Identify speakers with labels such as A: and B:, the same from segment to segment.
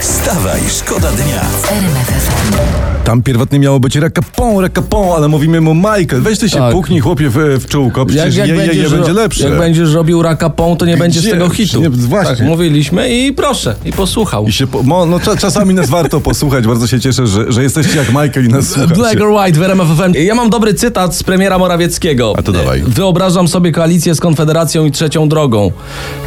A: Wstawaj, szkoda dnia.
B: Tam pierwotnie miało być rekapon, rekapon, ale mówimy mu Michael, weź ty się
C: Tak.
B: puknij chłopie w, w czółko, przecież je, je, je
C: będziesz
B: będzie
C: ro-
B: lepsze.
C: Jak będziesz robił rakapą, to nie będziesz tego hitu.
B: nie, właśnie.
C: Tak, mówiliśmy i proszę, i posłuchał.
B: I się po, mo, no, cza- czasami nas warto posłuchać, bardzo się cieszę, że, że jesteście jak Michael i nas słuchacie.
C: Black or White w RMF FM. Ja mam dobry cytat z premiera Morawieckiego.
B: A to dawaj.
C: Wyobrażam sobie koalicję z Konfederacją i Trzecią Drogą.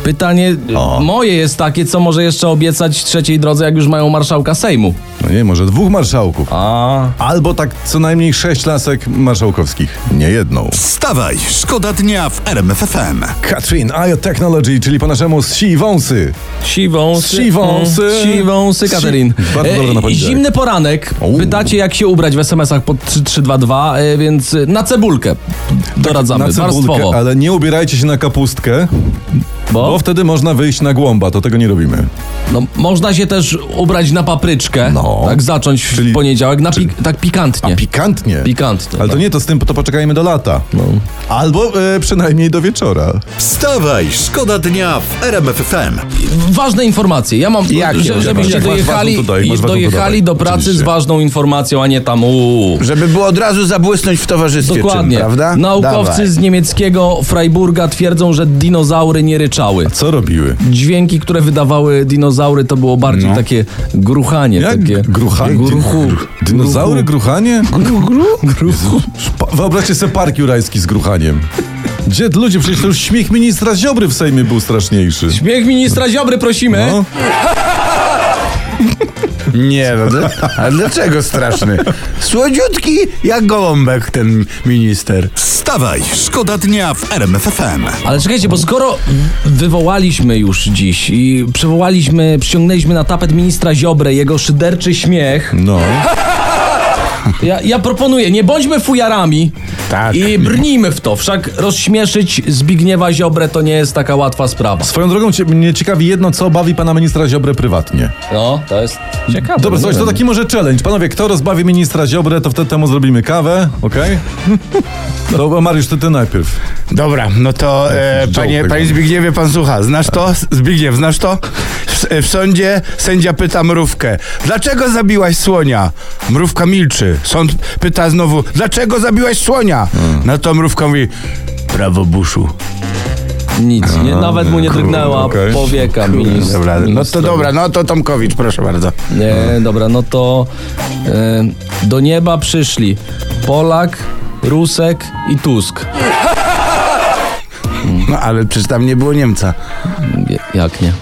C: Pytanie
B: O.
C: moje jest takie, co może jeszcze obiecać Trzeciej Drodze, jak już mają marszałka Sejmu?
B: No nie, może dwóch marszałków.
C: A...
B: Albo tak co najmniej sześć lasek marszałkowskich. Nie jedną.
A: Wstawaj, szkoda dnia w RMFFM.
B: Katrin, IO Technology, czyli po naszemu z si i wąsy.
C: Siwą sy.
B: Siwąsy.
C: Siwąsy, Katerin.
B: Si- Bardzo
C: E,
B: dobre na poniedziałek.
C: Zimny poranek.
B: Uuu.
C: Pytacie, jak się ubrać w SMS-ach pod 3322, e, więc e, na cebulkę doradzamy,
B: Tak, Na cebulkę,
C: warstwowo.
B: ale nie ubierajcie się na kapustkę, bo
C: Bo
B: wtedy można wyjść na głąba, to tego nie robimy.
C: no, można się też ubrać na papryczkę,
B: No.
C: tak zacząć w
B: Czyli-
C: poniedziałek, na pik- tak pikantnie.
B: Pikantnie.
C: Pikantnie.
B: Ale to
C: no.
B: nie, to z tym to poczekajmy do lata. Albo e, przynajmniej do wieczora.
A: Wstawaj, szkoda dnia w RMFFM.
C: Ważne informacje. Ja mam,
B: Jakie?
C: że- żebyście
B: Jak masz
C: dojechali,
B: ważną tutaj, masz ważną
C: dojechali do
B: tutaj.
C: pracy z
B: Oczywiście.
C: ważną informacją, a nie tam uuu.
D: Żeby było od razu zabłysnąć w towarzystwie
C: Dokładnie.
D: czym, prawda?
C: Naukowcy
D: Dawaj.
C: z niemieckiego Freiburga twierdzą, że dinozaury nie ryczały.
B: Co robiły?
C: Dźwięki, które wydawały dinozaury, to było bardziej takie gruchanie.
B: No. Jak
C: takie
B: gruchanie?
C: Gruchu.
B: Dinozaury, gruchanie?
C: Gruchu.
B: Pa- Wyobraźcie sobie park jurajski z gruchaniem. Gdzie ludzie, przecież to już śmiech ministra Ziobry w Sejmie był straszniejszy.
C: Śmiech ministra Ziobry prosimy.
B: No.
D: Nie, no dla, a dlaczego straszny? Słodziutki jak gołąbek ten minister.
A: Wstawaj, szkoda dnia w RMFFM.
C: Ale czekajcie, bo skoro wywołaliśmy już dziś i przywołaliśmy, przyciągnęliśmy na tapet ministra Ziobrę jego szyderczy śmiech,
B: No.
C: ja, ja proponuję, nie bądźmy fujarami
D: Tak.
C: i brnijmy w to. Wszak rozśmieszyć Zbigniewa Ziobrę to nie jest taka łatwa sprawa.
B: Swoją drogą cie, mnie ciekawi jedno, co bawi pana ministra Ziobrę prywatnie.
C: No, to jest ciekawe.
B: Dobra,
C: No nie
B: słuchajcie, to
C: wiem.
B: taki może challenge. Panowie, kto rozbawi ministra Ziobrę, to wtedy temu zrobimy kawę, okej? To Mariusz, ty, ty najpierw.
D: Dobra, no to e,
B: Joke
D: panie,
B: tak
D: panie
B: zwany.
D: Zbigniewie, pan słucha, znasz to? Zbigniew, znasz to? W, w sądzie sędzia pyta mrówkę, dlaczego zabiłaś słonia? Mrówka milczy. Sąd pyta znowu, dlaczego zabiłaś słonia? Na to mrówka mówi, prawo buszu.
C: Nic, nie, nawet mu nie drgnęła
B: okej.
C: powieka ministr.
D: Dobra, no to
C: ministrowi.
D: dobra, no to Tomkowicz, proszę bardzo.
C: Nie, dobra, no to e, do nieba przyszli Polak, Rusek i Tusk.
D: No ale przecież tam nie było Niemca.
C: Je- Jak nie?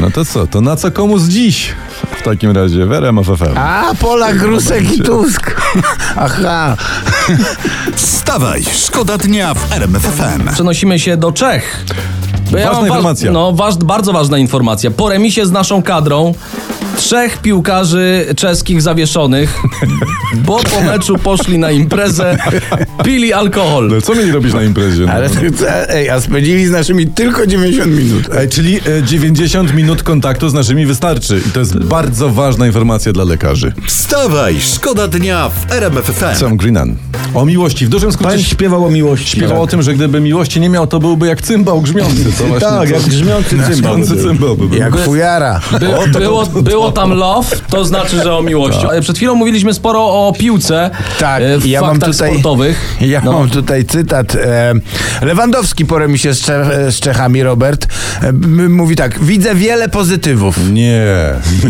B: No to co, to na co komu z dziś? W takim razie, Werem FFM.
D: A, Polak, Rusek i Tusk. Aha.
A: Wstawaj, szkoda dnia w RMFFM.
C: Przenosimy się do Czech. Bo
B: Ważna
C: mam
B: informacja.
C: No, waż, bardzo ważna informacja. Po remisie z naszą kadrą trzech piłkarzy czeskich zawieszonych, bo po meczu poszli na imprezę, pili alkohol.
B: No, co mieli robić na imprezie? No?
D: Ale to, co- ej, a spędzili z naszymi tylko 90 minut.
B: E, Czyli e, 90 minut kontaktu z naszymi wystarczy. I to jest bardzo ważna informacja dla lekarzy.
A: Wstawaj, szkoda dnia w RMFFM.
B: Sam Greenan. O miłości. W dużym skrócie
E: Pan śpiewał o miłości.
B: śpiewał o tym, że gdyby miłości nie miał, to byłby jak cymbał grzmiący. To właśnie,
E: Tak,
B: co-
E: jak grzmiący cymbał.
B: Grzmiący cymbał by był.
D: Jak fujara.
C: By, było, było tam love, to znaczy, że o miłości.
B: Tak.
C: Ale Przed chwilą mówiliśmy sporo o piłce
D: Tak,
C: e, w
D: ja mam
C: faktach
D: tutaj-
C: sportowych.
D: Ja
C: No.
D: mam tutaj cytat. E, Lewandowski po remisie z, Cze- z Czechami, Robert, e, m- mówi tak, widzę wiele pozytywów.
B: Nie.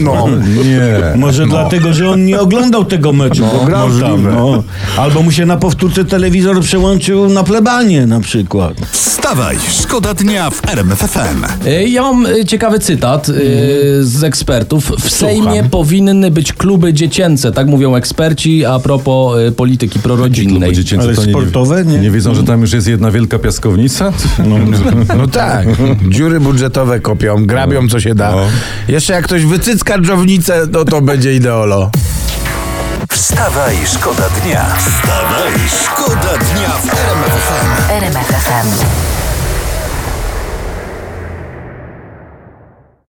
D: No.
B: Nie.
E: Może dlatego, że on nie oglądał tego meczu, bo grał
D: możliwe.
E: tam. No. Albo mu się na powtórce telewizor przełączył na plebanie na przykład.
A: Wstawaj, szkoda dnia w RMFFM.
C: E, Ja mam e, ciekawy cytat e, z ekspertów. W Sejmie powinny być kluby dziecięce, tak mówią eksperci a propos e, polityki
B: Kluby
C: prorodzinnej.
B: dziecięce
E: Ale
B: to nie-
E: sportowe, nie?
B: Nie wiedzą, że tam już jest jedna wielka piaskownica?
D: No tak, dziury budżetowe kopią, grabią co się da.
B: No.
D: Jeszcze jak ktoś wycycka dżownicę, no to będzie ideolo.
A: Wstawaj, szkoda dnia. Wstawaj, szkoda dnia w RMFFM.
F: RMFFM.